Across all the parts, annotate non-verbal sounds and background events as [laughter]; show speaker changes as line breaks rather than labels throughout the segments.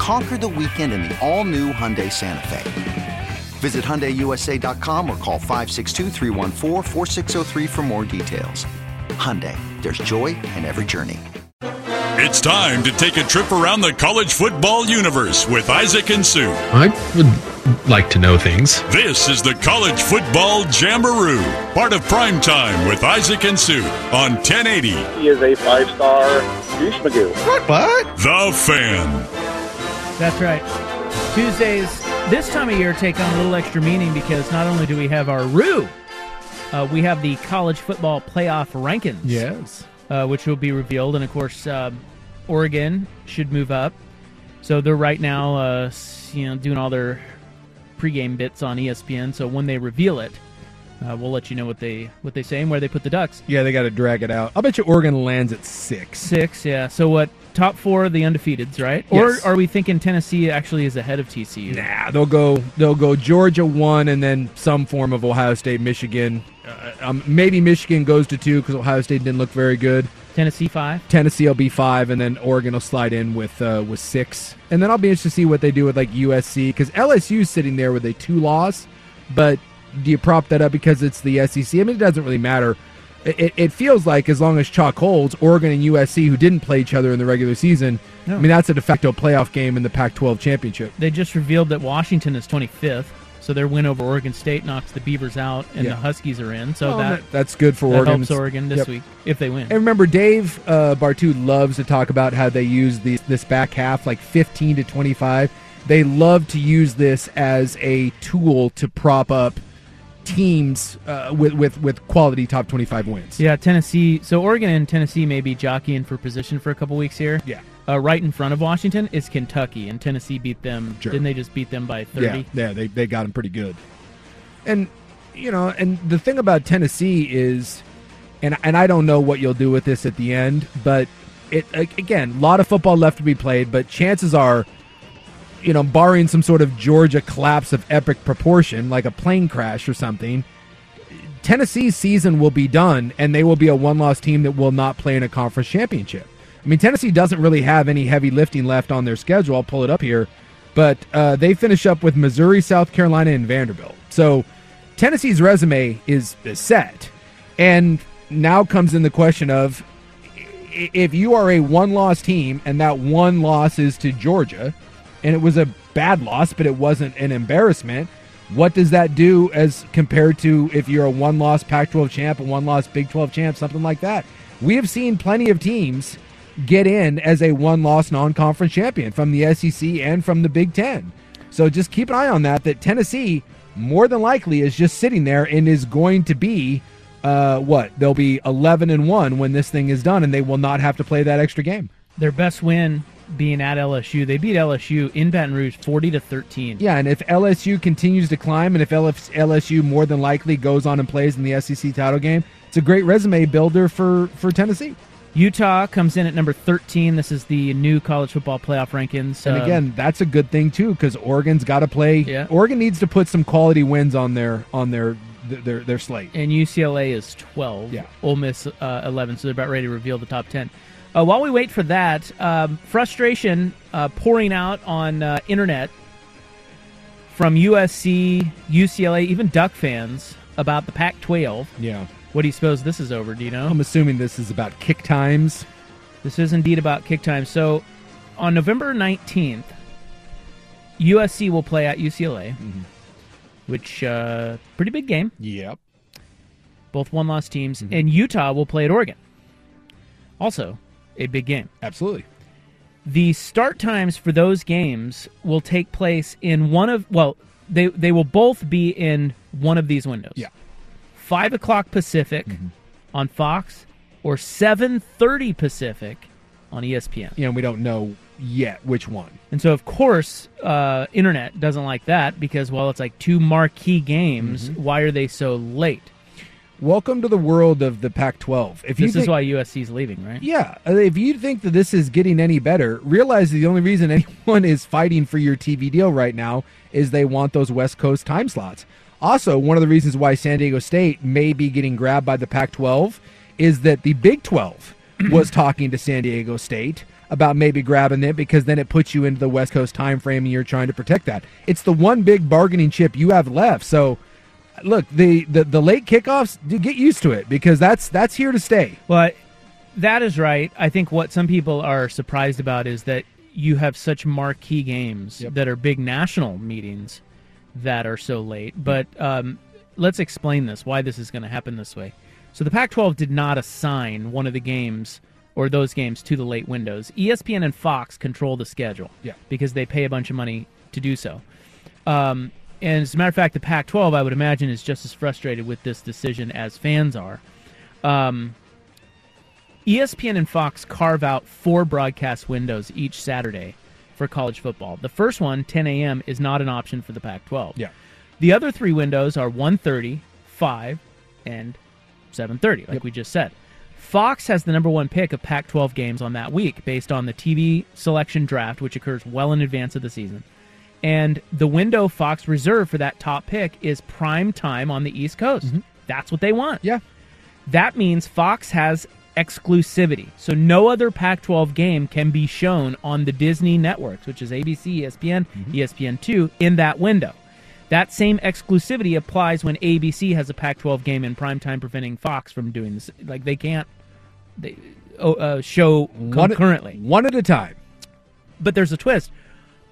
Conquer the weekend in the all new Hyundai Santa Fe. Visit HyundaiUSA.com or call 562-314-4603 for more details. Hyundai, there's joy in every journey.
It's time to take a trip around the college football universe with Isaac and Sue.
I would like to know things.
This is the College Football Jamboree, part of Primetime with Isaac and Sue on 1080
He is a five star douche magoo.
The Fan.
That's right. Tuesdays, this time of year, take on a little extra meaning because not only do we have our Roo, uh, we have the college football playoff rankings,
Yes.
uh, which will be revealed. And of course, uh, Oregon should move up. So they're right now, uh, s- you know, doing all their pregame bits on E ESPN. So when they reveal it, uh, we'll let you know what they what they say and where they put the Ducks.
Yeah, they got to drag it out. I bet you Oregon lands at six.
Six, yeah. So what? Top four, the undefeateds, right?
Yes.
Or are we thinking Tennessee actually is ahead of TCU?
Nah, they'll go. They'll go Georgia one, and then some form of Ohio State, Michigan. Uh, um, maybe Michigan goes to two because Ohio State didn't look very good.
Tennessee five.
Tennessee will be five, and then Oregon will slide in with uh, with six, and then I'll be interested to see what they do with like USC because LSU's sitting there with a two loss, but do you prop that up because it's the SEC? I mean, it doesn't really matter. It, it- it feels like as long as chalk holds, Oregon and USC, who didn't play each other in the regular season, I mean that's a de facto playoff game in the Pac-12 championship.
They just revealed that Washington is 25th, so their win over Oregon State knocks the Beavers out, and
Yeah.
the Huskies are in. So
Well,
that,
that- that's good for
that
Oregon.
helps Oregon this
Yep.
week if they win.
And remember, Dave uh, Bartu loves to talk about how they use these, this back half, like 15 to 25. They love to use this as a tool to prop up teams uh, with, with, with quality top 25 wins.
yeah, Tennessee. So Oregon and Tennessee may be jockeying for position for a couple weeks here.
Yeah.
Uh, right in front of Washington is Kentucky, and Tennessee beat them.
Sure.
Didn't they just beat them by 30?
Yeah, yeah they, they got him pretty good. And, you know, and the thing about Tennessee is, and, and I don't know what you'll do with this at the end, but it a- again, a lot of football left to be played, but chances are, you know, barring some sort of Georgia collapse of epic proportion, like a plane crash or something, Tennessee's season will be done, and they will be a one loss team that will not play in a conference championship. I mean, Tennessee doesn't really have any heavy lifting left on their schedule. I'll pull it up here. But uh, they finish up with Missouri, South Carolina, and Vanderbilt. So Tennessee's resume is, is set. And now comes in the question of i- if you are a one loss team and that one loss is to Georgia, and it was a bad loss, but it wasn't an embarrassment, what does that do as compared to if you're a one loss Pac 12 champ, a one loss Big 12 champ, something like that? We have seen plenty of teams get in as a one loss non conference champion from the SEC and from the Big Ten. So just keep an eye on that, that Tennessee more than likely is just sitting there and is going to be uh, what they'll be 11 and 1 when this thing is done and they will not have to play that extra game
Their best win being at LSU. They beat LSU in Baton Rouge 40 to 13.
yeah and if lsu continues to climb and if LF lsu more than likely goes on and plays in the sec title game it's a great resume builder for for tennessee
Utah comes in at number 13. This is the new college football playoff rankings.
and
Um,
again that's a good thing too because oregon's got to play
Yeah.
oregon needs to put some quality wins on their on their their their slate
and UCLA is 12.
Yeah.
Ole Miss uh, 11. So they're about ready to reveal the top 10. Uh, while we wait for that, um, frustration uh, pouring out on uh, internet from USC, UCLA, even Duck fans about the Pac-12.
yeah
What do you suppose this is over? Do you know?
i'm assuming this is about kick times
This is indeed about kick time. So, on November 19th, USC will play at UCLA, which uh, pretty big game.
yep
both one loss teams,
Mm-hmm.
and Utah will play at Oregon. Also, a big game.
Absolutely.
The start times for those games will take place in one of well, they they will both be in one of these windows.
Yeah. Mm-hmm.
Five o'clock Pacific on Fox or seven thirty Pacific on E ESPN.
You know, we don't know yet which one.
And so, of course, uh, internet doesn't like that because, well, it's like two marquee games.
Mm-hmm.
Why are they so late?
Welcome to the world of the Pac-12. If you
This
think,
is why USC's leaving, right?
yeah, uh, if you think that this is getting any better, realize the only reason [laughs] anyone is fighting for your TV deal right now is they want those West Coast time slots. Also, one of the reasons why San Diego State may be getting grabbed by the Pac-12 is that the Big 12 was talking to San Diego State about maybe grabbing it because then it puts you into the West Coast time frame and you're trying to protect that. It's the one big bargaining chip you have left. So look, the the, the late kickoffs, dude, get used to it because that's that's here to stay.
Well, that is right. I think what some people are surprised about is that you have such marquee games that are big national meetings that are so late. But um, let's explain this why this is going to happen this way. So the Pac 12 did not assign one of the games or those games to the late windows. E ESPN and Fox control the schedule
Yeah.
because they pay a bunch of money to do so. Um, and as a matter of fact, the Pac 12, I would imagine, is just as frustrated with this decision as fans are. Um, E ESPN and Fox carve out four broadcast windows each Saturday for college football. The first one, 10 a.m., is not an option for the Pac 12.
Yeah.
The other three windows are 1:30, 5, and 7:30, like we just said. Fox has the number one pick of Pac-12 games on that week, based on the TV selection draft, which occurs well in advance of the season. And the window Fox reserved for that top pick is prime time on the East Coast. That's what they want.
Yeah.
That means Fox has exclusivity. So no other Pac 12 game can be shown on the Disney networks, which is ABC, ESPN, ESPN2, in that window. That same exclusivity applies when ABC has a Pac 12 game in primetime, preventing Fox from doing this. Like, they can't they, oh, uh, show
One-
concurrently
one at a time.
but there's a twist.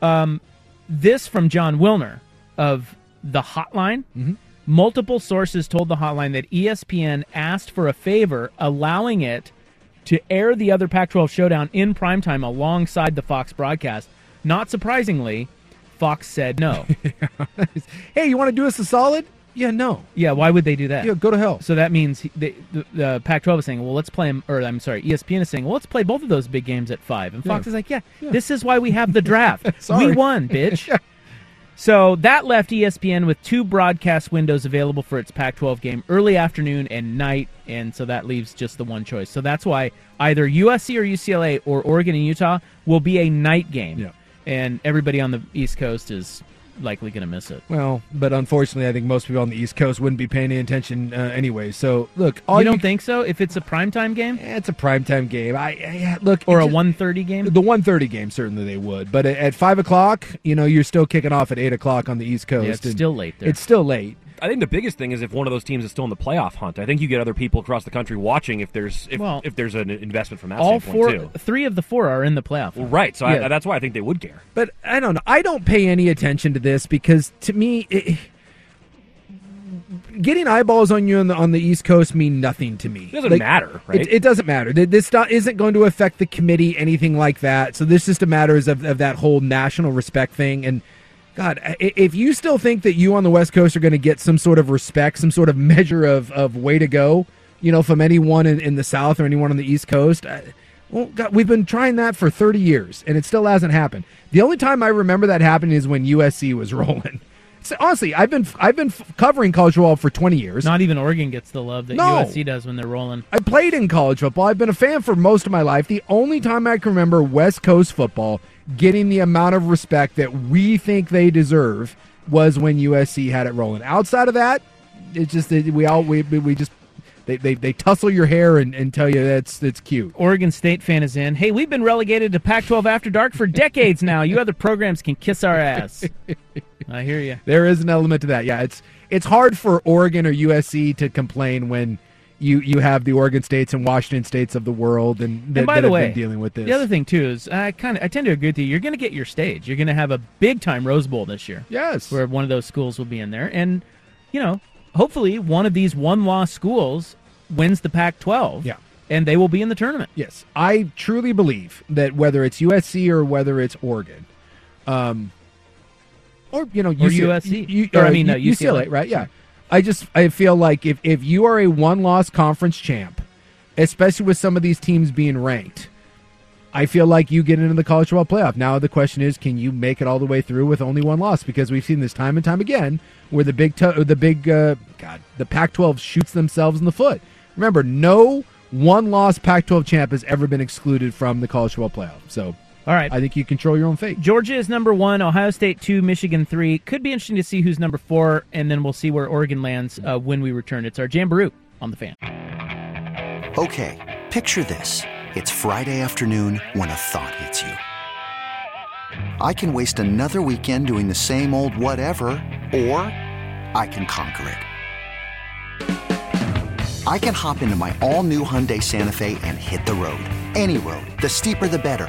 Um, this from John Wilner of the Hotline.
Mm-hmm.
Multiple sources told the Hotline that E ESPN asked for a favor, allowing it to air the other Pac-12 showdown in primetime alongside the Fox broadcast. Not surprisingly, Fox said
[laughs]
no.
Hey, you want to do us a solid? Yeah, no.
yeah, why would they do that?
Yeah, go to hell.
So that means he- they, the, the Pac-12 is saying, "Well, let's play them," or I'm sorry, E ESPN is saying, "Well, let's play both of those big games at five. And Fox is like, "Yeah, this is why we have the [laughs] draft.
Sorry.
we won, bitch." [laughs] So that left E ESPN with two broadcast windows available for its Pac-12 game, early afternoon and night, and so that leaves just the one choice. So that's why either USC or UCLA or Oregon and Utah will be a night game,
Yeah.
and everybody on the East Coast is likely going to miss it.
Well, but unfortunately, I think most people on the East Coast wouldn't be paying any attention uh, anyway. So look, all
you don't think so? If it's a primetime game
Eh, it's a primetime game. I, I look
or
it
a
just-
1:30 game?
The one thirty game certainly they would, but at, at five o'clock, you know, you're still kicking off at eight o'clock on the East Coast.
Yeah, it's
and
still late there.
It's still late.
I think the biggest thing is if one of those teams is still in the playoff hunt. I think you get other people across the country watching if there's if,
Well,
if there's an investment from that
all four,
standpoint too.
three of the four are in the playoff.
Well, right, so
Yeah.
I, that's why I think they would care.
But I don't know. I don't pay any attention to this because to me, it, getting eyeballs on you on the on the East Coast mean nothing to me.
It doesn't matter, right?
It, it doesn't matter. Th- This not, isn't going to affect the committee, anything like that. So this just a matter is of, of that whole national respect thing. And God, i- if you still think that you on the West Coast are going to get some sort of respect, some sort of [laughs] measure of, of way to go, you know, from anyone in, in the South or anyone on the East Coast, I, well, God, we've been trying that for 30 years, and it still hasn't happened. The only time I remember that happening is when USC was [laughs] rolling. So honestly, I've been I've been f- covering college football for 20 years.
Not even Oregon gets the love that
No.
USC does when they're rolling.
I played in college football. I've been a fan for most of my life. The only time I can remember West Coast football getting the amount of respect that we think they deserve was when USC had it rolling. Outside of that, it's just that we all we, we just they, they, they tussle your hair and, and tell you that's that's cute.
Oregon State fan is in. Hey, we've been relegated to Pac-12 after dark for decades now. You other programs can kiss our ass. I hear you.
There is an element to that. Yeah, it's it's hard for Oregon or USC to complain when you you have the Oregon states and Washington states of the world and, that,
and by
that
the
have
way,
been dealing with this.
The other thing too is I kind of I tend to agree with you. You're going to get your stage. You're going to have a big time Rose Bowl this year,
yes.
where one of those schools will be in there, and you know hopefully one of these one loss schools wins the Pac 12.
Yeah.
And they will be in the tournament.
Yes, I truly believe that whether it's USC or whether it's Oregon, um, or you know, UC,
USC.
you- uh,
Or, I mean, uh, no,
U- UCLA,
UCLA.
right? Yeah, I just I feel like if if you are a one loss conference champ, especially with some of these teams being ranked, I feel like you get into the college football playoff. Now the question is, can you make it all the way through with only one loss? Because we've seen this time and time again, where the big, to- the big, uh, God, the Pac-12 shoots themselves in the foot. Remember, no one-loss Pac-12 champ has ever been excluded from the college football playoff. So
All right.
I think you control your own fate.
Georgia is number one, Ohio State two, Michigan three. Could be interesting to see who's number four, and then we'll see where Oregon lands uh, when we return. It's our Jamboree on the fan.
Okay, picture this. It's Friday afternoon when a thought hits you. I can waste another weekend doing the same old whatever, or I can conquer it. I can hop into my all new Hyundai Santa Fe and hit the road. Any road. The steeper, the better.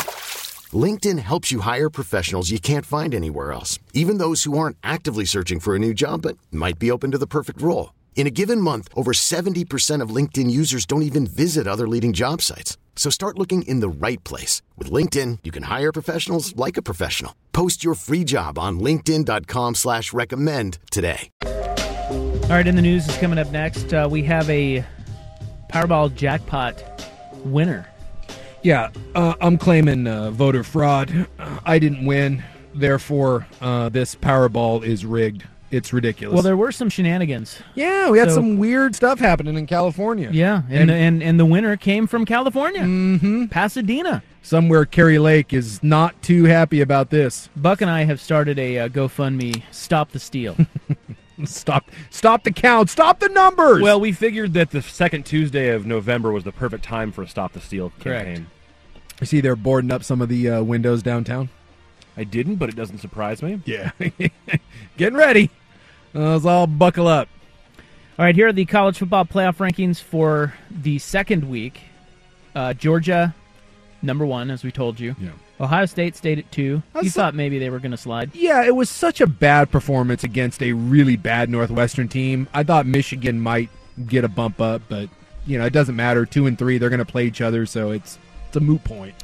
LinkedIn helps you hire professionals you can't find anywhere else, even those who aren't actively searching for a new job but might be open to the perfect role. In a given month, over 70% of LinkedIn users don't even visit other leading job sites. So start looking in the right place. With LinkedIn, you can hire professionals like a professional. Post your free job on linkedin.com/recommend slash recommend today.
All right, in the news is coming up next. Uh, we have a Powerball jackpot winner.
Yeah, uh, I'm claiming uh, voter fraud. I didn't win, therefore uh, this Powerball is rigged. It's ridiculous.
Well, there were some shenanigans.
yeah, we had
so-
some weird stuff happening in California.
Yeah, and and the, and, and the winner came from California, mm-hmm. Pasadena.
somewhere Kerry Lake is not too happy about this. [laughs]
Buck and I have started a uh, GoFundMe. Stop the steal.
Stop stop the count. Stop the numbers.
Well, we figured that the second Tuesday of November was the perfect time for a Stop the Steal
Correct.
campaign.
you see they're boarding up some of the uh, windows downtown.
I didn't, but it doesn't surprise me.
Yeah. Getting ready. Uh, let's all buckle up.
All right, here are the college football playoff rankings for the second week. Uh, Georgia, number one, as we told you.
Yeah.
Ohio State stayed at two.
That's
you
so-
thought maybe they were going to slide.
Yeah, it was such a bad performance against a really bad Northwestern team. I thought Michigan might get a bump up, but you know, it doesn't matter. 2 and 3, they're going to play each other, so it's it's a moot point.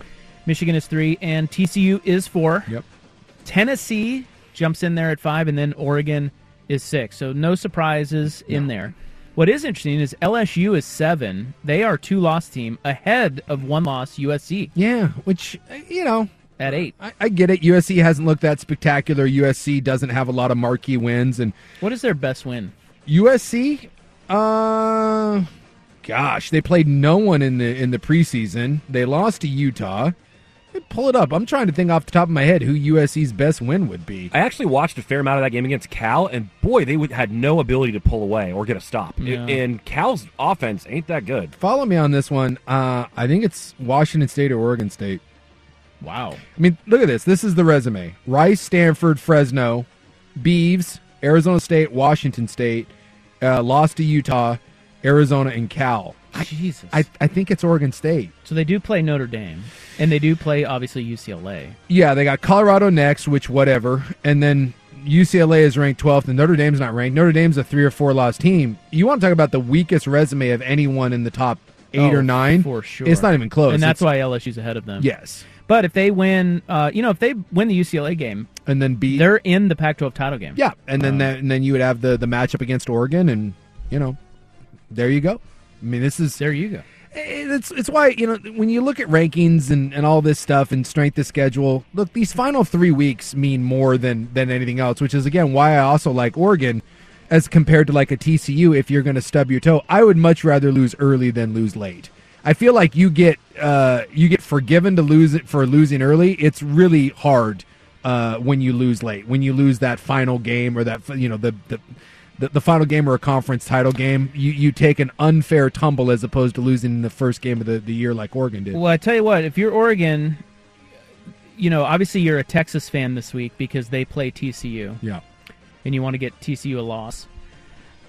Michigan is three, and TCU is four.
Yep.
Tennessee jumps in there at five, and then Oregon is six. So no surprises in there. What is interesting is LSU is seven. They are two loss team ahead of one loss USC
Yeah, which you know,
at eight.
I, I get it. USC hasn't looked that spectacular. USC doesn't have a lot of marquee wins, and
What is their best win?
USC, uh, gosh, they played no one in the in the preseason. They lost to Utah. Pull it up. I'm trying to think off the top of my head who USC's best win would be.
I actually watched a fair amount of that game against Cal, and boy, they would, had no ability to pull away or get a stop.
Yeah.
And Cal's offense ain't that good.
Follow me on this one. Uh, I think it's Washington State or Oregon State.
Wow.
I mean, look at this. This is the resume: Rice, Stanford, Fresno, Beeves, Arizona State, Washington State, uh, lost to Utah, Arizona, and Cal.
Jesus.
I, I think it's Oregon State.
so they do play Notre Dame, and they do play obviously UCLA.
Yeah, they got Colorado next, which whatever, and then UCLA is ranked 12th, and Notre Dame's not ranked. Notre Dame's a three or four loss team. You want to talk about the weakest resume of anyone in the top eight
Oh,
or nine?
for sure.
It's not even close.
and that's
It's-
why LSU's ahead of them.
Yes,
But if they win, uh, you know, if they win the UCLA game,
and then beat.
they're in the Pac-12 title game. Uh,
yeah, and then that, and then you would have the the matchup against Oregon, and you know, there you go. I mean, this is
There you go.
it's it's why you know when you look at rankings and, and all this stuff and strength of schedule look these final three weeks mean more than than anything else which is again why i also like oregon as compared to like a tcu if you're going to stub your toe i would much rather lose early than lose late i feel like you get uh you get forgiven to lose it for losing early it's really hard uh when you lose late when you lose that final game or that you know the the the, the final game or a conference title game, you, you take an unfair tumble as opposed to losing in the first game of the, the year like Oregon did.
Well, I tell you what, if you're Oregon, you know, obviously you're a Texas fan this week because they play TCU,
yeah.
and you want to get TCU a loss.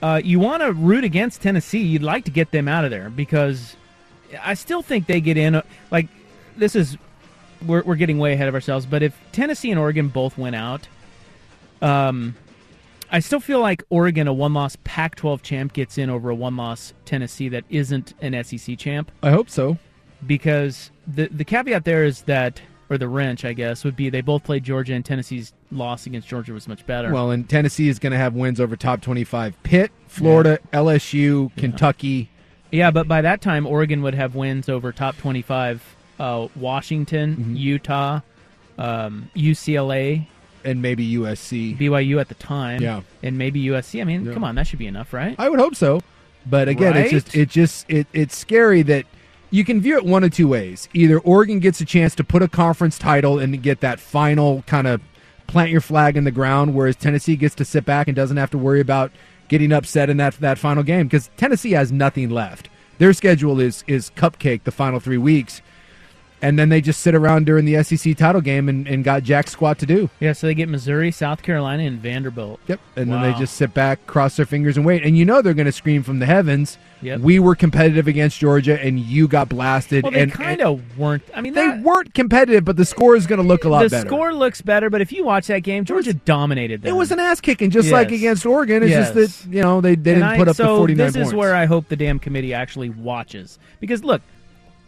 Uh, you want to root against Tennessee. You'd like to get them out of there because I still think they get in. uh, Like this is, we're we're getting way ahead of ourselves. But if Tennessee and Oregon both went out, um, I still feel like Oregon, a one-loss Pac-12 champ, gets in over a one-loss Tennessee that isn't an SEC champ
I hope so.
because the the caveat there is that or the wrench I guess would be they both played Georgia and Tennessee's loss against Georgia was much better.
Well, and Tennessee is going to have wins over top 25 Pitt, Florida, LSU, Kentucky.
yeah, but by that time Oregon would have wins over top 25 uh, Washington,
Mm-hmm.
Utah, um, UCLA,
And maybe USC.
BYU at the time,
Yeah.
and maybe USC. I mean,
Yeah.
come on, that should be enough, right?
I would hope so. But again, it's just
Right?
it just it, it's scary that you can view it one of two ways. Either Oregon gets a chance to put a conference title and get that final kind of plant your flag in the ground, whereas Tennessee gets to sit back and doesn't have to worry about getting upset in that that final game because Tennessee has nothing left. Their schedule is is cupcake the final three weeks, and then they just sit around during the SEC title game and, and got jack squat to do.
yeah, so they get Missouri, South Carolina, and Vanderbilt.
Yep. And then
Wow.
they just sit back, cross their fingers, and wait. And you know they're going to scream from the heavens.
Yep.
We were competitive against Georgia, and you got blasted.
Well, they
and-
kind
and
of weren't. I mean,
they
that-
weren't competitive, but the score is going to look a lot
the
better.
score looks better, but if you watch that game, Georgia dominated. Them.
it was an ass kicking, just like
Yes.
against Oregon. It's
Yes.
just that you know they, they didn't
And I-
put up
so
the forty nine
this
points.
is where I hope the damn committee actually watches because look,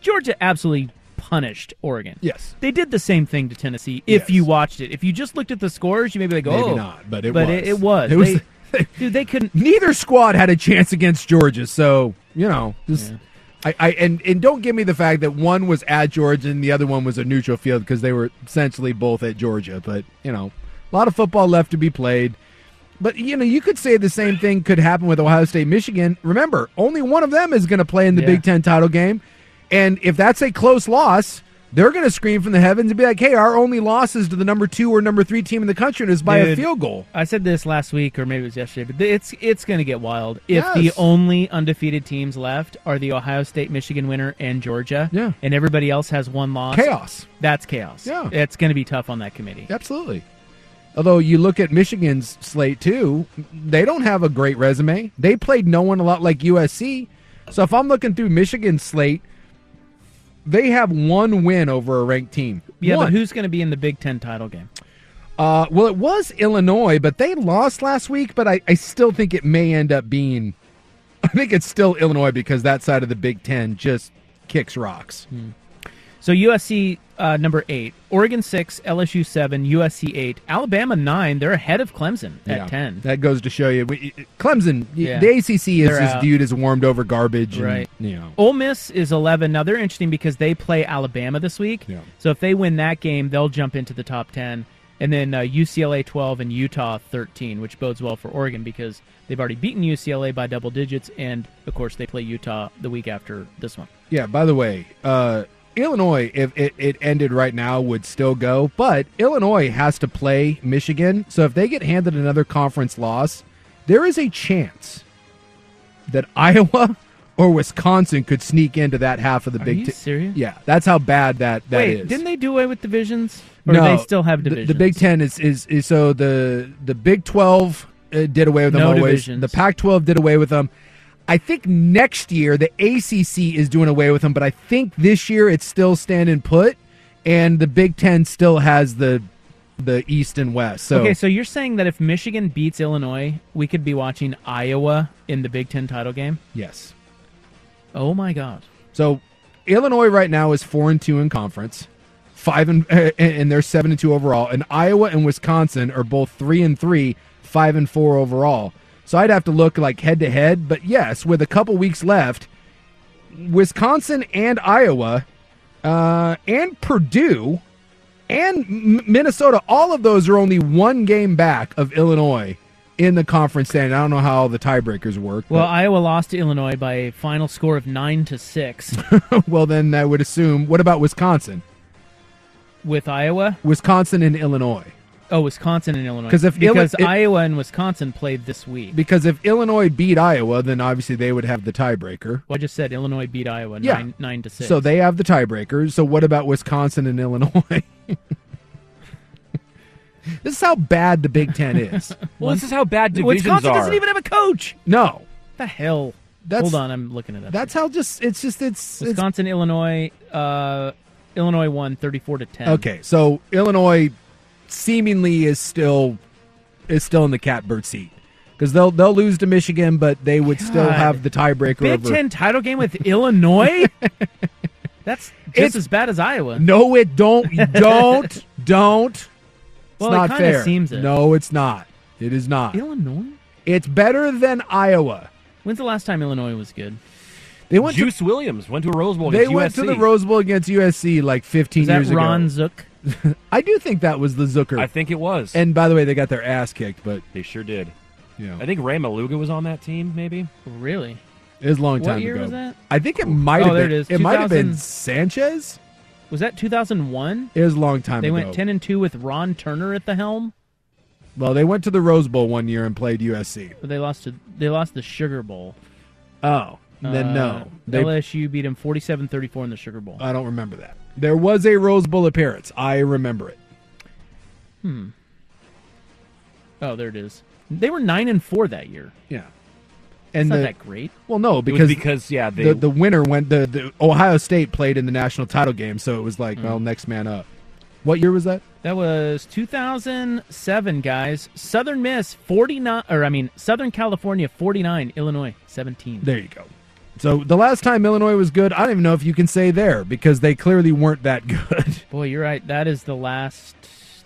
Georgia absolutely punished Oregon.
yes,
They did the same thing to Tennessee. If
Yes.
you watched it, if you just looked at the scores, you maybe like,
Maybe
oh,
not, but it
but
was.
it, was.
It [laughs] was-
They- dude, they couldn't. [laughs]
neither squad had a chance against Georgia, so you know just. I, I and, and don't give me the fact that one was at Georgia and the other one was a neutral field because they were essentially both at Georgia. But you know, a lot of football left to be played. But you know, you could say the same thing could happen with Ohio State, Michigan. Remember, only one of them is going to play in the
Yeah.
Big Ten title game, and if that's a close loss, they're going to scream from the heavens and be like, "Hey, our only loss is to the number two or number three team in the country, and is by a
Dude.
field goal."
I said this last week, or maybe it was yesterday, but it's it's going to get wild if
Yes.
the only undefeated teams left are the Ohio State, Michigan winner, and Georgia.
Yeah.
and everybody else has one loss.
Chaos.
That's chaos.
Yeah.
it's going to be tough on that committee.
Absolutely. Although you look at Michigan's slate too, they don't have a great resume. They played no one a lot like USC. So if I'm looking through Michigan's slate, they have one win over a ranked team.
Yeah,
one.
but who's going to be in the Big Ten title game?
Uh, well, it was Illinois, but they lost last week. But I, I still think it may end up being. [laughs] I think it's still Illinois because that side of the Big Ten just kicks rocks.
Hmm. So USC uh, number eight, Oregon six, LSU seven, USC eight, Alabama nine. They're ahead of Clemson at
Yeah.
ten.
That goes to show you, we- Clemson.
Yeah.
The ACC is
They're
just
out.
viewed as warmed over garbage, and,
Right.
You know,
Ole Miss is eleven. Now they're interesting because they play Alabama this week.
Yeah.
So if they win that game, they'll jump into the top ten. And then uh, UCLA twelve and Utah thirteen, which bodes well for Oregon because they've already beaten UCLA by double digits, and of course they play Utah the week after this one.
Yeah. By the way, uh, Illinois, if it, it ended right now, would still go. But Illinois has to play Michigan, so if they get handed another conference loss, there is a chance that [laughs] Iowa or Wisconsin could sneak into that half of the
Are
Big
you
Ten.
serious?
Yeah, that's how bad that that
Wait,
is.
didn't they do away with divisions? Or do they still have
the-
divisions?
The, Big Ten is, is is so the the Big Twelve uh, did away with them
No
always.
divisions.
The Pac twelve did away with them. I think next year the ACC is doing away with them, but I think this year it's still standing put, and the Big Ten still has the the East and West. So,
Okay, so you're saying that if Michigan beats Illinois, we could be watching Iowa in the Big Ten title game?
yes,
Oh my God.
so Illinois right now is four and two in conference, five and eh, and they're seven and two overall, and Iowa and Wisconsin are both three and three, five and four overall. So I'd have to look like head to head, but yes, with a couple weeks left, Wisconsin and Iowa uh, and Purdue and M- Minnesota, all of those are only one game back of Illinois in the conference standing. I don't know how the tiebreakers work.
Well,
but-
Iowa lost to Illinois by a final score of nine to
[laughs]
six.
well, then I would assume. What about Wisconsin?
With Iowa,
Wisconsin and Illinois.
oh Wisconsin and Illinois,
'Cause if Illi-
because
it-
Iowa and Wisconsin played this week.
Because if Illinois beat Iowa, then obviously they would have the tiebreaker.
Well, I just said Illinois beat Iowa
Yeah.
nine nine to six.
So they have the tiebreaker. So what about Wisconsin and Illinois? [laughs] this is how bad the Big
[laughs]
Ten is.
Well, this is how bad divisions
Wisconsin
are.
doesn't even have a coach.
no,
The hell.
That's-
Hold on, I'm looking it up.
that's how just it's just it's, it's
Wisconsin, Illinois. Uh, Illinois won 34 to 10.
okay. So Illinois seemingly is still is still in the catbird seat because they'll they'll lose to Michigan, but they would still
God.
have the tiebreaker.
Big
over,
Ten title game with
[laughs]
Illinois. That's just
It's-
as bad as Iowa.
No, it
[laughs]
don't. Don't. don't. It's
Well, it
not
kinda
fair.
seems it.
No, it's not. It is not.
Illinois.
It's better than Iowa.
When's the last time Illinois was good?
They went.
Juice Williams went to a Rose Bowl.
to, they
against
went to
USC.
the Rose Bowl against USC like 15
Is that
years
Ron
ago.
Zook?
I do think that was the Zucker.
I think it was.
and by the way, they got their ass kicked, but
they sure did.
you know,
I think Ray Maluga was on that team. Maybe
Really?
it was a long
What
time
year
ago.
was that?
I think it might
Oh,
have
there
been.
it is.
might have been
2000.
Sanchez.
Was that 2001?
It was a long time
They
ago.
went 10 and 2 with Ron Turner at the helm.
well, they went to the Rose Bowl one year and played USC.
But they lost to they lost the Sugar Bowl.
Oh, then
Uh,
no, they Uh,
LSU beat him 47-34 in the Sugar Bowl.
I don't remember that. There was a Rose Bowl appearance. I remember it.
oh, there it is. They were 9 and 4 that year.
Yeah.
It's
And
not
the,
that great.
well, no,
it was
because,
because yeah, they
the, the winner went the, the Ohio State played in the national title game, so it was like,
Mm.
well, next man up. What year was that?
That was 2007, guys. Southern Miss 49 or I mean Southern California 49, Illinois 17.
There you go. So the last time Illinois was good, I don't even know if you can say there because they clearly weren't that [laughs] good.
Boy, you're right. That is the last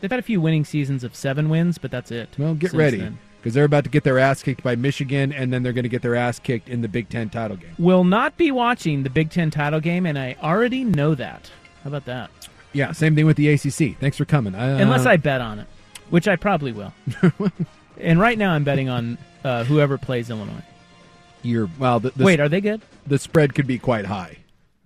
They've had a few winning seasons of 7 wins, but that's it.
well, get
since
ready
then.
because they're about to get their ass kicked by Michigan, and then they're going to get their ass kicked in the Big Ten title game.
Will not be watching the Big 10 title game and I already know that. How about that?
Yeah, same thing with the ACC. Thanks for coming. Uh,
Unless I bet on it, which I probably
[laughs]
will. and right now I'm betting on uh, whoever plays Illinois.
you're well, the, the,
Wait, uh are they good?
the spread could be quite high.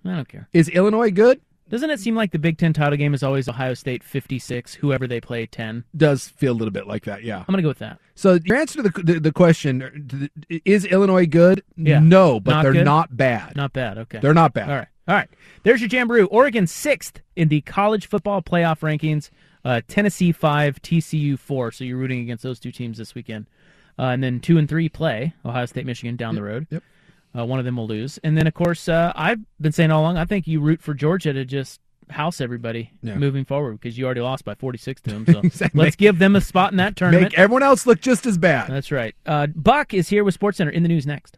I don't care.
Is Illinois good?
Doesn't it seem like the Big Ten title game is always Ohio State 56, whoever they play 10?
Does feel a little bit like that, yeah.
I'm going to go with that.
So your answer to the the, the question or to the- is Illinois good?
Yeah.
No, but
Not
they're
good?
not bad.
Not bad. Okay.
They're not bad.
All right. All right. There's your Jamboree. Oregon sixth in the college football playoff rankings. Uh, Tennessee five, TCU four. So you're rooting against those two teams this weekend. Uh, and then two and three play Ohio State, Michigan down the road.
yep.
Uh, one of them will lose. And then, of course, uh, I've been saying all along, I think you root for Georgia to just house everybody
Yeah.
moving forward because you already lost by 46 to them. So
[laughs] Exactly.
let's give them a spot in that tournament.
Make everyone else look just as bad.
That's right. Uh, Buck is here with SportsCenter in the news next.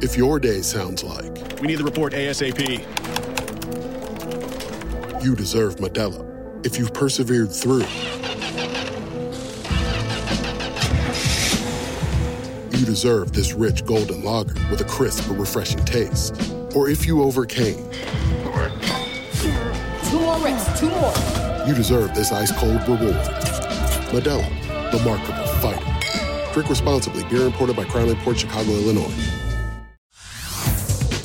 If your day sounds like
We need the report ASAP.
you deserve Medella, if you've persevered through, you deserve this rich golden lager with a crisp but refreshing taste. Or if you overcame,
Two more reps, two more.
you deserve this ice cold reward. Medella, the Markable Fighter. Drink responsibly, beer imported by Crown Port Chicago, Illinois.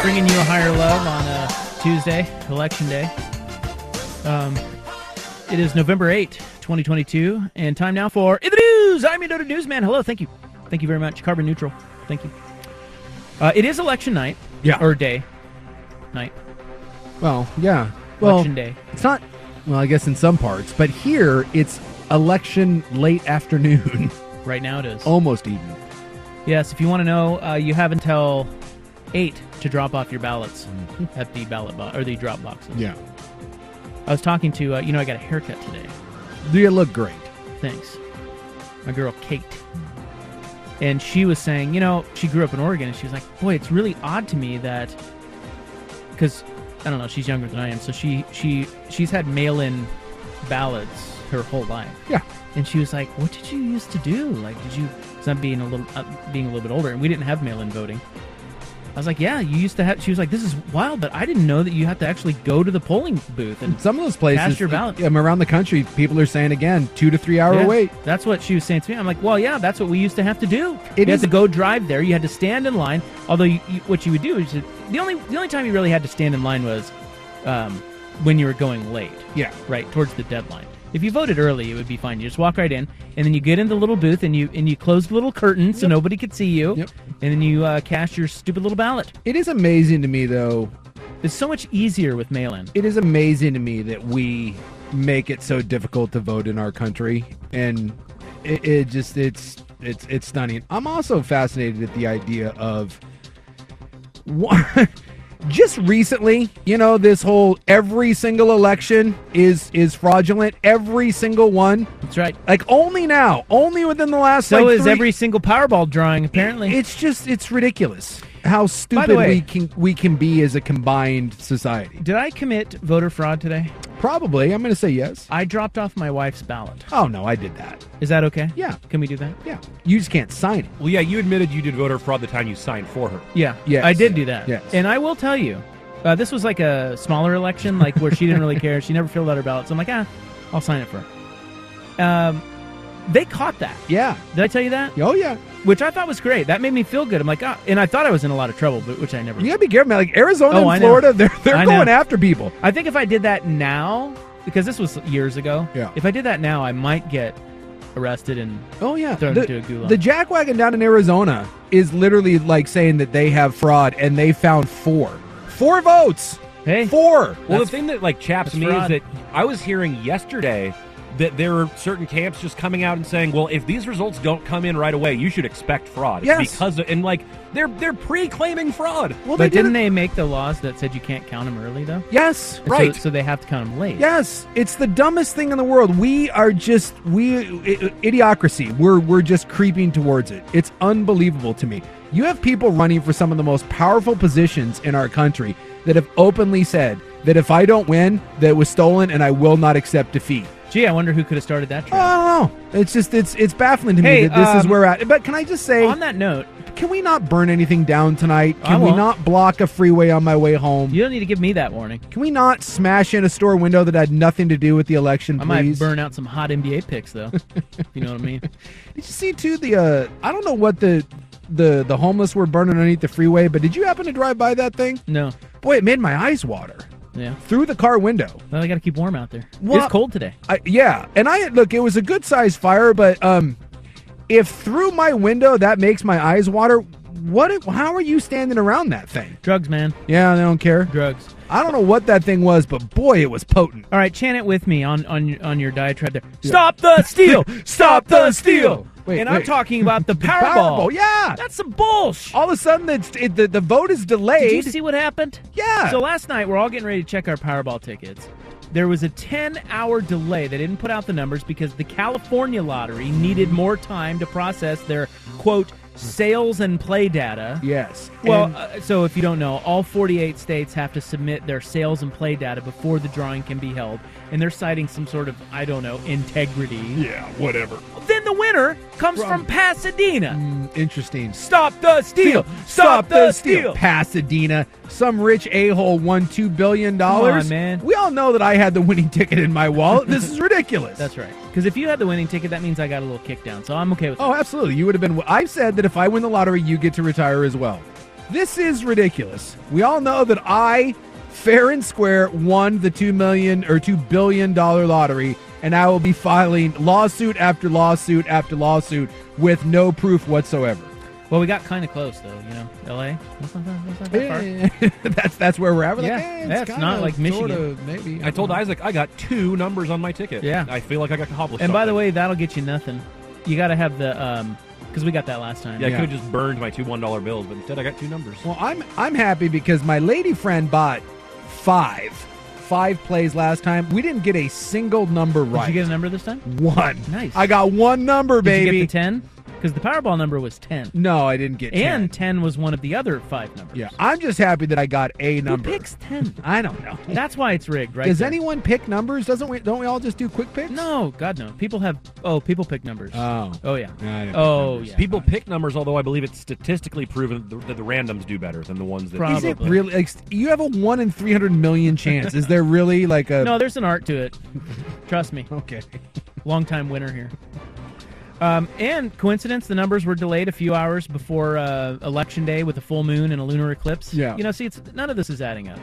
bringing you a higher love on a Tuesday, election day. Um, it is November 8, 2022, and time now for In the News. I'm your noted newsman. Hello, thank you. Thank you very much. Carbon neutral. Thank you. Uh, it is election night.
Yeah.
Or day. Night.
Well, yeah. Well,
Election day.
It's not. Well, I guess in some parts, but here it's election late afternoon, [laughs]
Right now it is.
almost evening.
Yes, if you want to know, uh, you have until 8 to drop off your ballots at the ballot box or the drop boxes.
Mm-hmm. Yeah.
I was talking to, uh, you know, I got a haircut today.
Do you look great?
Thanks. My girl Kate. And she was saying, you know, she grew up in Oregon and she was like, boy, it's really odd to me that because I don't know, she's younger than I am, so she she she's had mail-in ballots her whole life.
Yeah.
And she was like, "What did you used to do? Like, did you?" Because I'm being a little uh, being a little bit older, and we didn't have mail-in voting. I was like, "Yeah, you used to have." She was like, "This is wild, but I didn't know that you had to actually go to the polling booth and
Some of those places,
cast your ballot."
um, around the country, people are saying again, two to three hour
Yeah.
wait.
That's what she was saying to me. I'm like, well, yeah, that's what we used to have to do. you
is-
had to go drive there. You had to stand in line. Although you, you, what you would do is the only the only time you really had to stand in line was um, when you were going late.
Yeah.
Right towards the deadline. If you voted early, it would be fine. You just walk right in, and then you get in the little booth, and you and you close the little curtain so nobody could see you, and then you uh, cast your stupid little ballot.
It is amazing to me, though.
It's so much easier with mail-in.
It is amazing to me that we make it so difficult to vote in our country, and it, it just it's it's it's stunning. I'm also fascinated at the idea of what. [laughs] Just recently, you know, this whole every single election is is fraudulent. Every single one.
That's right.
Like only now, only within the last.
So
like,
is
three-
every single Powerball drawing. Apparently,
[laughs] it's just it's ridiculous how stupid
way-
we can we can be as a combined society.
Did I commit voter fraud today?
Probably. I'm going to say yes.
I dropped off my wife's ballot.
Oh no, I did that.
Is that okay?
Yeah.
Can we do that?
Yeah. You just can't sign it.
Well, yeah, you admitted you did voter fraud the time you signed for her.
Yeah,
Yes.
I did do that.
Yes.
And I will tell you, uh, this was like a smaller election, like where she didn't really care. She never filled out her ballot. So I'm like, ah, I'll sign it for her. Um, they caught that.
Yeah.
Did I tell you that?
Oh yeah.
Which I thought was great. That made me feel good. I'm like, ah, and I thought I was in a lot of trouble, but which I never.
You got to be careful. man. Like Arizona
Oh, I
and
know.
Florida, they're they're
I know.
going after people.
I think if I did that now, because this was years ago.
Yeah.
If I did that now, I might get arrested and
oh yeah,
thrown
The-
into a gulag.
The jackwagon down in Arizona is literally like saying that they have fraud and they found four. Four votes.
Hey.
Four.
Well, the thing that like chaps
that's
me
fraud.
is that I was hearing yesterday that there are certain camps just coming out and saying, "Well, if these results don't come in right away, you should expect fraud." It's
Yes.
because of, and like they're they're pre-claiming fraud.
but didn't they make the laws that said you can't count them early though?
Yes,
And so-
right.
So, they have to count them late.
Yes, it's the dumbest thing in the world. We are just we i- idiocracy. We're we're just creeping towards it. It's unbelievable to me. You have people running for some of the most powerful positions in our country that have openly said that if I don't win, that it was stolen and I will not accept defeat.
Gee, I wonder who could have started that. Trend.
I don't know. It's just it's it's baffling to me
Hey,
that this is
um,
where we're at. But can I just say
on that note,
can we not burn anything down tonight?
I
Can we
won't.
not block a freeway on my way home?
You don't need to give me that warning.
Can we not smash in a store window that had nothing to do with the election,
I
please?
might burn out some hot NBA picks
[laughs]
though. if you know what I mean?
Did you see too the uh I don't know what the the the homeless were burning underneath the freeway, but did you happen to drive by that thing?
No.
Boy, it made my eyes water
Yeah.
through the car window.
Well, I got to keep warm out there.
Well-
it's cold today.
I, yeah, and I look, it was a good sized fire, but um if through my window that makes my eyes water, what if, how are you standing around that thing?
Drugs, man.
Yeah, they don't care.
Drugs.
I don't know what that thing was, but boy, it was potent.
All right, chant it with me on on on your diatribe there. Stop
[laughs]
the steal! Stop the steal!
Wait,
and I'm
wait.
talking
[laughs]
about the Powerball.
Powerball, yeah.
That's some bullshit.
All of a sudden, it's, it, the, the vote is delayed.
Did you see what happened?
Yeah.
So last night, we're all getting ready to check our Powerball tickets. There was a 10 hour delay. They didn't put out the numbers because the California lottery needed more time to process their, quote, sales and play data.
Yes.
Well,
And-
uh, so if you don't know, all 48 states have to submit their sales and play data before the drawing can be held, and they're citing some sort of I don't know integrity.
Yeah, whatever.
Then the winner comes from, Pasadena.
Mm, interesting.
Stop the steal! Stop, the steal!
Pasadena. Some rich a hole won two billion
Come
dollars.
on, man.
We all know that I had the winning ticket in my wallet.
[laughs]
This is ridiculous.
That's right. Because if you had the winning ticket, that means I got a little kick down. So I'm okay with.
Oh, absolutely. You would have been. I said that if I win the lottery, you get to retire as well. This is ridiculous. We all know that I, fair and square, won the two million or two billion dollar lottery, and I will be filing lawsuit after lawsuit after lawsuit with no proof whatsoever.
Well, we got kind of close though. You know, L.A. That's not that, that's not that far.
[laughs] that's that's where we're at. We're
Yeah,
like, eh, it's
that's
kinda,
not like Michigan.
sorta, maybe.
I told Isaac I got two numbers on my ticket.
Yeah.
I feel like I got accomplished.
And by the
something.
way, that'll get you nothing. You got to have the um, because we got that last time.
yeah, I could have just burned my two one dollar bills, but instead I got two numbers.
Well, I'm I'm happy because my lady friend bought five five plays last time. We didn't get a single number right.
Did you get a number this time?
One.
Nice.
I got one number,
Did you
baby.
get the ten? Because the Powerball number was ten.
No, I didn't get
And ten was one of the other five numbers.
Yeah, I'm just happy that I got a number.
Who picks ten? [laughs]
I don't
[laughs]
know.
That's why it's rigged, right?
Does
there.
anyone pick numbers? Doesn't we? Don't we all just do quick picks?
No, God no. People have. Oh, people pick numbers.
Oh.
Oh yeah.
I don't
Oh yeah.
People pick numbers, although I believe it's statistically proven that the, that the randoms do better than the ones that.
Is it really? Like, you have a one in three hundred million chance. Is there really like a?
No, there's an art to it. Trust me.
[laughs] Okay.
Long time winner here. Um, and coincidence, the numbers were delayed a few hours before uh, election day with a full moon and a lunar eclipse.
Yeah.
You know, see, it's none of this is adding up.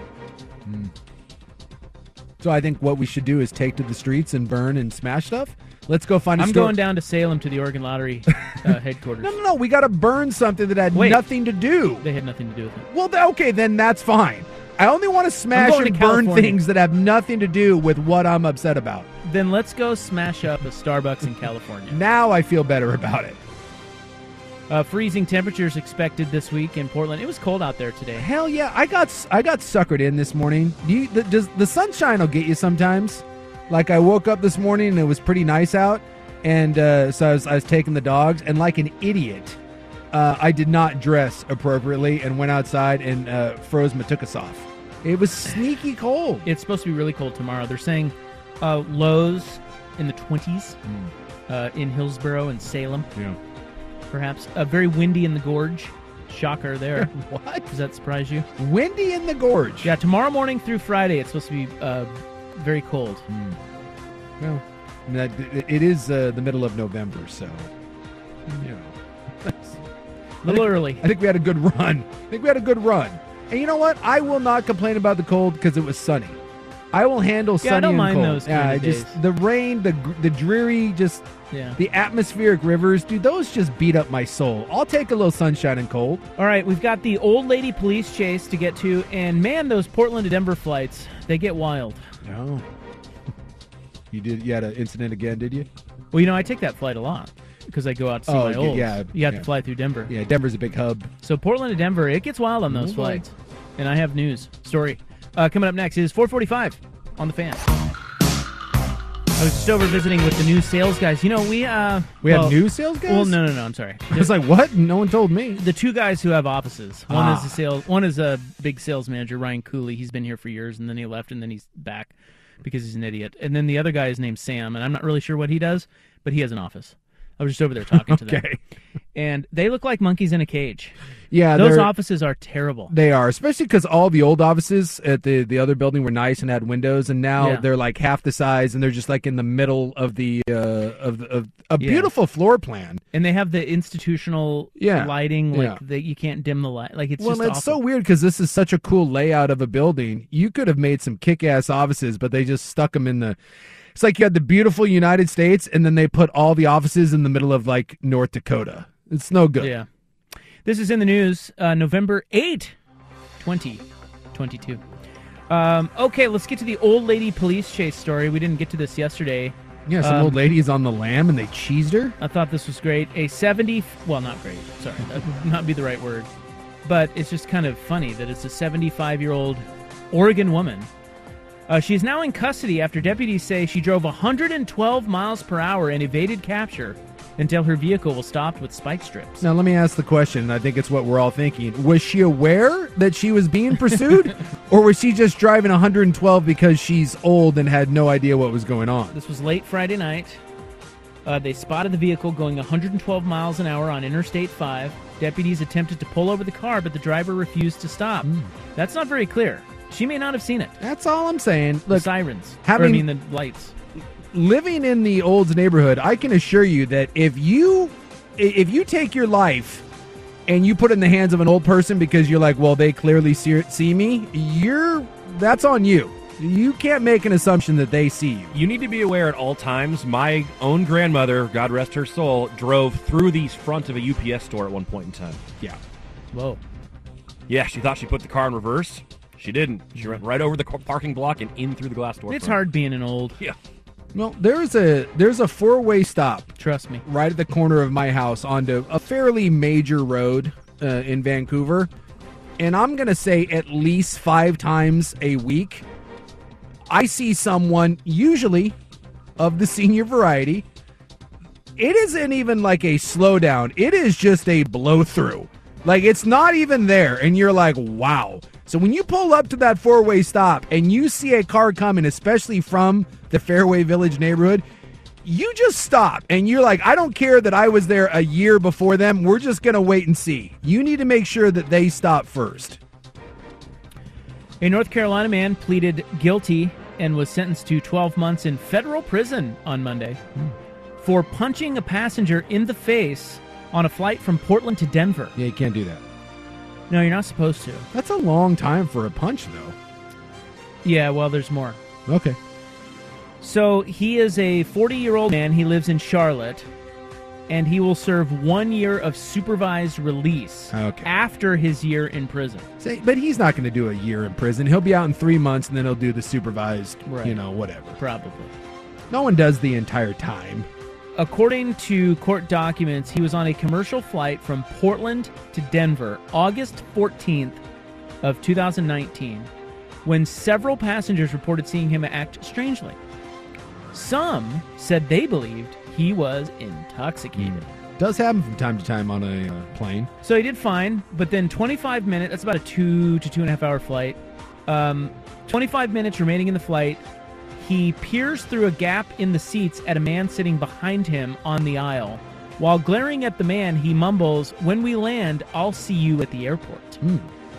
So I think what we should do is take to the streets and burn and smash stuff. Let's go find.
I'm
a store-
going down to Salem to the Oregon Lottery uh, headquarters.
No, no, no. We got to burn something that had
Wait.
nothing to do.
They had nothing to do with it.
Well, th- okay, then that's fine. I only want to smash
going
and
to
burn
California.
things that have nothing to do with what I'm upset about.
Then let's go smash up a Starbucks in California.
Now I feel better [laughs] about it.
Uh, freezing temperatures expected this week in Portland. It was cold out there today.
Hell yeah, I got s- I got suckered in this morning. Do you, the, does the sunshine will get you sometimes? Like I woke up this morning and it was pretty nice out, and uh, so I was, I was taking the dogs, and like an idiot, uh, I did not dress appropriately and went outside and uh, froze my took us off. It was sneaky cold.
It's supposed to be really cold tomorrow. They're saying uh, lows in the 20s uh, in Hillsboro and Salem,
Yeah.
perhaps. Uh, very windy in the gorge. Shocker
[laughs]
there.
[laughs] What?
Does that surprise you?
Windy in the gorge.
Yeah, tomorrow morning through Friday, it's supposed to be uh, very cold.
Well, I mean, that, it is uh, the middle of November, so you know. [laughs]
A little early.
I think we had a good run. I think we had a good run. And you know what? I will not complain about the cold because it was sunny. I will handle
Yeah, I
sunny
don't
and
mind
cold.
those
yeah,
kind
I
of
just
days.
the rain, the gr- the dreary, just
Yeah.
the atmospheric rivers, dude. Those just beat up my soul. I'll take a little sunshine and cold.
All right, we've got the old lady police chase to get to, and man, those Portland to Denver flights, they get wild.
No, Oh. you did. You had an incident again, did you?
Well, you know, I take that flight a lot because I go out to see
Oh,
my
y-
old.
yeah,
you have
yeah.
to fly through Denver.
Yeah, Denver's a big hub.
So Portland to Denver, it gets wild on those
Okay.
flights. And I have news story uh, coming up next. It is 4:45 on the fan. I was just over visiting with the new sales guys. You know, we uh,
We have
well-
new sales guys.
Well, no, no, no. I'm sorry.
[laughs] I was like, what? No one
[laughs]
told me.
the two guys who have offices. One
Ah.
is a sales. One is a big sales manager, Ryan Cooley. He's been here for years, and then he left, and then he's back because he's an idiot. And then the other guy is named Sam, and I'm not really sure what he does, but he has an office. I was just over there talking to them,
[laughs] Okay.
and they look like monkeys in a cage.
Yeah,
Those
they're-
offices are terrible.
They are, especially because all the old offices at the the other building were nice and had windows, and now
Yeah.
they're like half the size, and they're just like in the middle of the uh, of the- of a
Yeah.
beautiful floor plan.
and they have the institutional
Yeah,
lighting,
yeah.
like that you can't dim the light. Like it's
well,
just
it's so
awful.
weird because this is such a cool layout of a building. You could have made some kick ass offices, but they just stuck them in the. It's like you had the beautiful United States, and then they put all the offices in the middle of like North Dakota. It's no good.
Yeah. This is in the news, uh, November 8, 2022. Um, okay, let's get to the old lady police chase story. We didn't get to this yesterday.
Yeah, some
Um,
old lady is on the lamb, and they cheesed her.
I thought this was great. A 70, well, not great, sorry, that would not be the right word. But it's just kind of funny that it's a 75 year old Oregon woman. Uh, she is now in custody after deputies say she drove 112 miles per hour and evaded capture until her vehicle was stopped with spike strips.
Now, let me ask the question. and I think it's what we're all thinking. Was she aware that she was being pursued, or was she just driving 112 because she's old and had no idea what was going on?
This was late Friday night. Uh, they spotted the vehicle going 112 miles an hour on Interstate 5. Deputies attempted to pull over the car, but the driver refused to stop. That's not very clear. She may not have seen it.
That's all I'm saying.
The sirens.
having-
or, I mean, the lights.
living in the Olds neighborhood, I can assure you that if you i- if you take your life and you put it in the hands of an old person because you're like, well, they clearly see, see me, you're that's on you. You can't make an assumption that they see you.
You need to be aware at all times. My own grandmother, God rest her soul, drove through the front of a UPS store at one point in time.
Yeah.
Whoa.
Yeah, she thought she put the car in reverse. She didn't. She went right over the ca- parking block and in through the glass door.
It's
frame.
hard being an old.
Yeah.
Well, there's a there's a four way stop.
Trust me.
Right at the corner of my house onto a fairly major road uh, in Vancouver, and I'm gonna say at least five times a week, I see someone usually of the senior variety. It isn't even like a slowdown. It is just a blow through. Like it's not even there, and you're like, wow. So when you pull up to that four way stop and you see a car coming, especially from the Fairway Village neighborhood, you just stop and you're like, I don't care that I was there a year before them. We're just going to wait and see. You need to make sure that they stop first.
A North Carolina man pleaded guilty and was sentenced to 12 months in federal prison on Monday
Hmm.
for punching a passenger in the face on a flight from Portland to Denver.
Yeah, you can't do that.
No, you're not supposed to.
That's a long time for a punch, though.
Yeah, well, there's more.
Okay.
So he is a 40 year old man. He lives in Charlotte, and he will serve one year of supervised release
Okay.
after his year in prison.
Say, but he's not going to do a year in prison. He'll be out in three months and then he'll do the supervised,
Right.
you know, whatever.
Probably.
No one does the entire time.
According to court documents, he was on a commercial flight from Portland to Denver, August 14th of 2019, when several passengers reported seeing him act strangely. Some said they believed he was intoxicated.
Does happen from time to time on a uh, plane.
So he did fine, but then 25 minutes, that's about a two to two and a half hour flight. Um, 25 minutes remaining in the flight, he peers through a gap in the seats at a man sitting behind him on the aisle. While glaring at the man, he mumbles, When we land, I'll see you at the airport.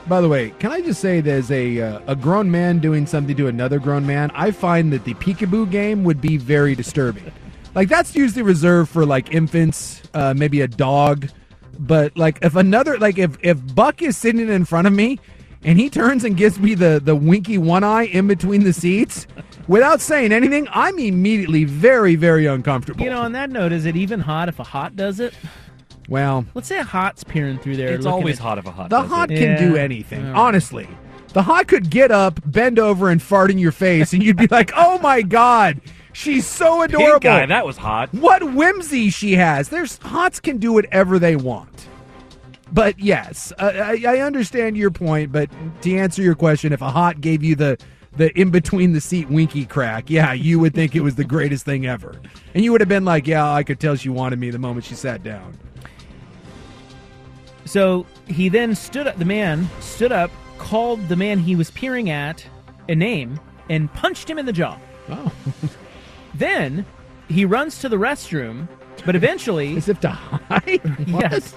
By the way, can I just say there's a uh, a grown man doing something to another grown man? I find that the peekaboo game would be very disturbing. like that's usually reserved for like infants, uh, maybe a dog. But like if another like if if Buck is sitting in front of me and he turns and gives me the the winky one eye in between the seats without saying anything, I'm immediately very very uncomfortable.
You know, on that note, is it even hot if a hot does it?
well,
Let's say a hot's peering through there.
It's
looking
always
at-
hot if a hot.
the
does
hot
it.
can do
Yeah.
anything,
All right.
honestly. The hot could get up, bend over, and fart in your face, and you'd be like, "Oh my god, she's so
Pink
adorable!
eye, that was hot.
what whimsy she has!" There's hots can do whatever they want. But yes, I, I I understand your point. But to answer your question, if a hot gave you the the in between the seat winky crack, yeah, you would think it was the greatest thing ever, and you would have been like, "Yeah, I could tell she wanted me the moment she sat down."
So he then stood up, the man stood up, called the man he was peering at a name, and punched him in the jaw.
Oh,
[laughs] Then he runs to the restroom, but
[laughs]
eventually,
as if to hide.
[laughs]
What?
yes,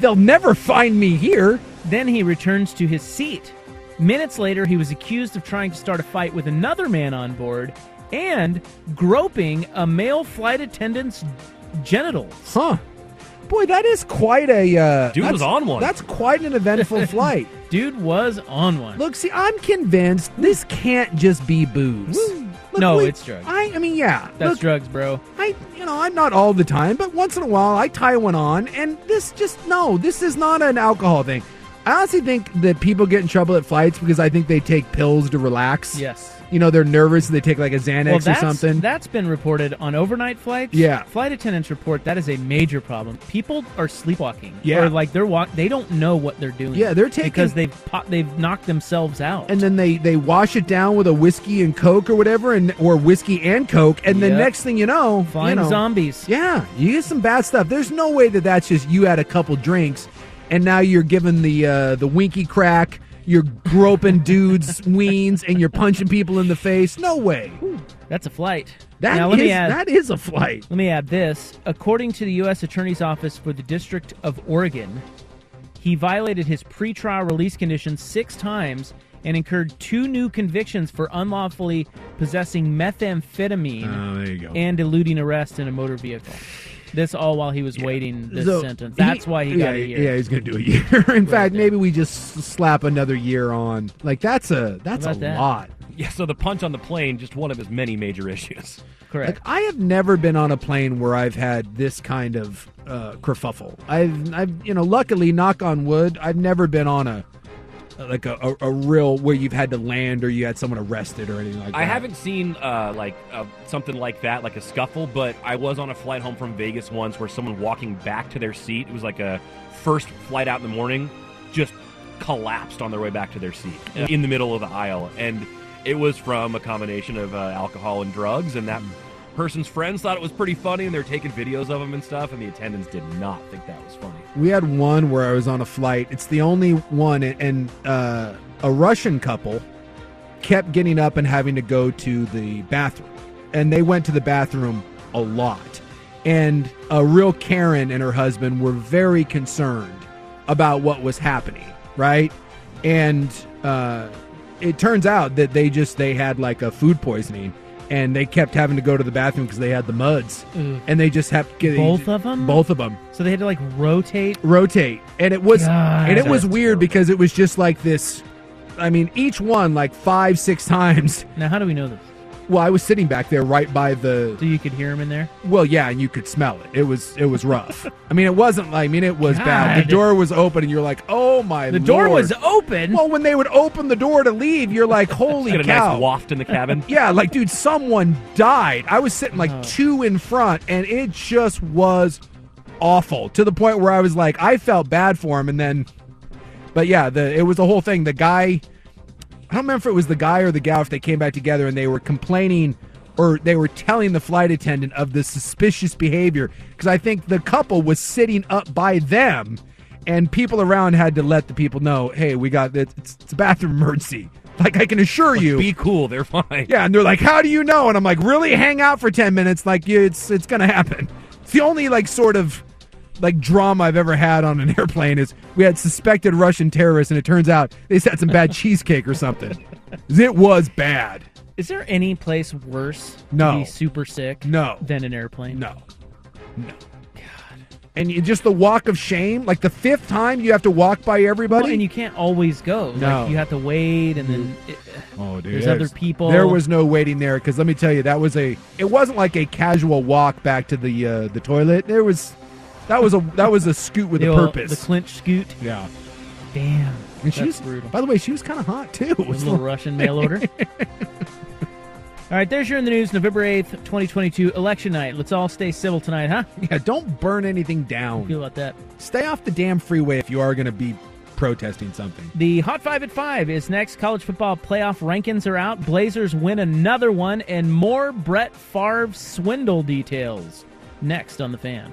They'll never find me here.
then he returns to his seat. Minutes later, he was accused of trying to start a fight with another man on board and groping a male flight attendant's genitals.
Huh. Boy, that is quite a uh,
Dude
that's-
was on one.
That's quite an
[laughs]
eventful flight.
Dude was on one.
Look, see, I'm convinced this can't just be booze. Look,
No,
we-
it's drugs.
I, I mean, yeah.
That's
look,
drugs, bro.
I, you know, I'm not all the time, but once in a while, I tie one on, and this just no, this is not an alcohol thing. I honestly think that people get in trouble at flights because I think they take pills to relax.
Yes.
you know, they're nervous. They take like a Xanax
well,
or
that's,
something.
That's been reported on overnight flights.
Yeah.
Flight attendants report that is a major problem. People are sleepwalking.
Yeah.
Or like they're walk they don't know what they're doing.
Yeah, they're taking-
because they've po- they've knocked themselves out.
and then they they wash it down with a whiskey and coke or whatever, and or whiskey and coke, and then
Yep.
next thing you know,
Flying
you know,
zombies.
Yeah, you get some bad stuff. There's no way that that's just you had a couple drinks, and now you're giving the uh, the winky crack. You're groping [laughs] dudes' weens, and you're punching people in the face. No way.
That's a flight.
That
now, let me
is-
add,
that is a flight.
Let me add this. According to the U.S. Attorney's Office for the District of Oregon, he violated his pretrial release conditions six times and incurred two new convictions for unlawfully possessing methamphetamine
Oh, there you go.
and eluding arrest in a motor vehicle. This all while he was waiting this
So,
sentence. That's why he got
yeah,
a year.
Yeah, he's gonna do a year. [laughs] In fact, maybe we just s- slap another year on. Like that's a that's a lot.
Yeah, so the punch on the plane, just one of his many major issues.
Correct.
Like I have never been on a plane where I've had this kind of uh, kerfuffle. I've, I've, you know, luckily, knock on wood, I've never been on a like a, a, a real where you've had to land or you had someone arrested or anything like that.
I haven't seen uh, like uh, something like that, like a scuffle, but I was on a flight home from Vegas once where someone walking back to their seat, it was like a first flight out in the morning, just collapsed on their way back to their seat
Yeah.
in the middle of the aisle. And it was from a combination of uh, alcohol and drugs. And that person's friends thought it was pretty funny and they're taking videos of him and stuff. And the attendants did not think that was funny.
We had one where I was on a flight. It's the only one, and- and uh, a Russian couple kept getting up and having to go to the bathroom, and they went to the bathroom a lot. And a real Karen and her husband were very concerned about what was happening, right? And uh, it turns out that they just they had like a food poisoning, and they kept having to go to the bathroom because they had the muds,
Ugh.
and they just have
Mm.
to
Both of 'em?
both of them
so they had to like rotate.
rotate and it was
God.
and it was
That's
weird because it was just like this i mean each one like five six [laughs] times
Now, how do we know this?
well i was sitting back there right by the
so you could hear him in there
well yeah and you could smell it it was it was rough i mean it wasn't like i mean it was bad the
God.
door was open and you're like oh my
The door
Lord.
was open.
well when they would open the door to leave you're
[laughs]
like holy
Got a
cow
nice waft in the cabin.
[laughs] yeah, like dude, someone died. I was sitting like two in front, and it just was awful to the point where I was like, I felt bad for him, and then, but yeah, the it was the whole thing. The guy, I don't remember if it was the guy or the gal if they came back together and they were complaining. Or they were telling the flight attendant of the suspicious behavior because I think the couple was sitting up by them, and people around had to let the people know, "Hey, we got it's, it's a bathroom emergency." Like I can assure you,
Be cool, they're fine.
yeah, and they're like, "How do you know?" And I'm like, "Really? Hang out for ten minutes? Like, yeah, it's it's gonna happen." It's the only like sort of like drama I've ever had on an [laughs] airplane is we had suspected Russian terrorists, and it turns out they just had some
[laughs]
bad cheesecake or something. It was bad.
Is there any place worse
No.
to be super sick
No.
than an airplane?
No. And you, just the walk of shame, like the fifth time you have to walk by everybody.
Well, and you can't always go.
No.
Like, you have to wait, and then it,
Oh, dude,
there's
that
other
is-
people.
There was no waiting there because let me tell you, that was a. It wasn't like a casual walk back to the uh, the toilet. There was, that was a that was a scoot with
the
a
old-
purpose.
The clinch scoot.
Yeah.
Damn.
and
That's
she was,
brutal.
by the way, she was kind of hot too.
A
[laughs]
little Russian mail order. All right, there's your in the news, November 8th, 2022, election night. Let's all stay civil tonight, huh? [laughs]
Yeah, don't burn anything down.
feel about that?
Stay off the damn freeway if you are going to be protesting something.
The Hot 5 at 5 is next. College football playoff rankings are out. Blazers win another one, and more Brett Favre swindle details next on The Fan.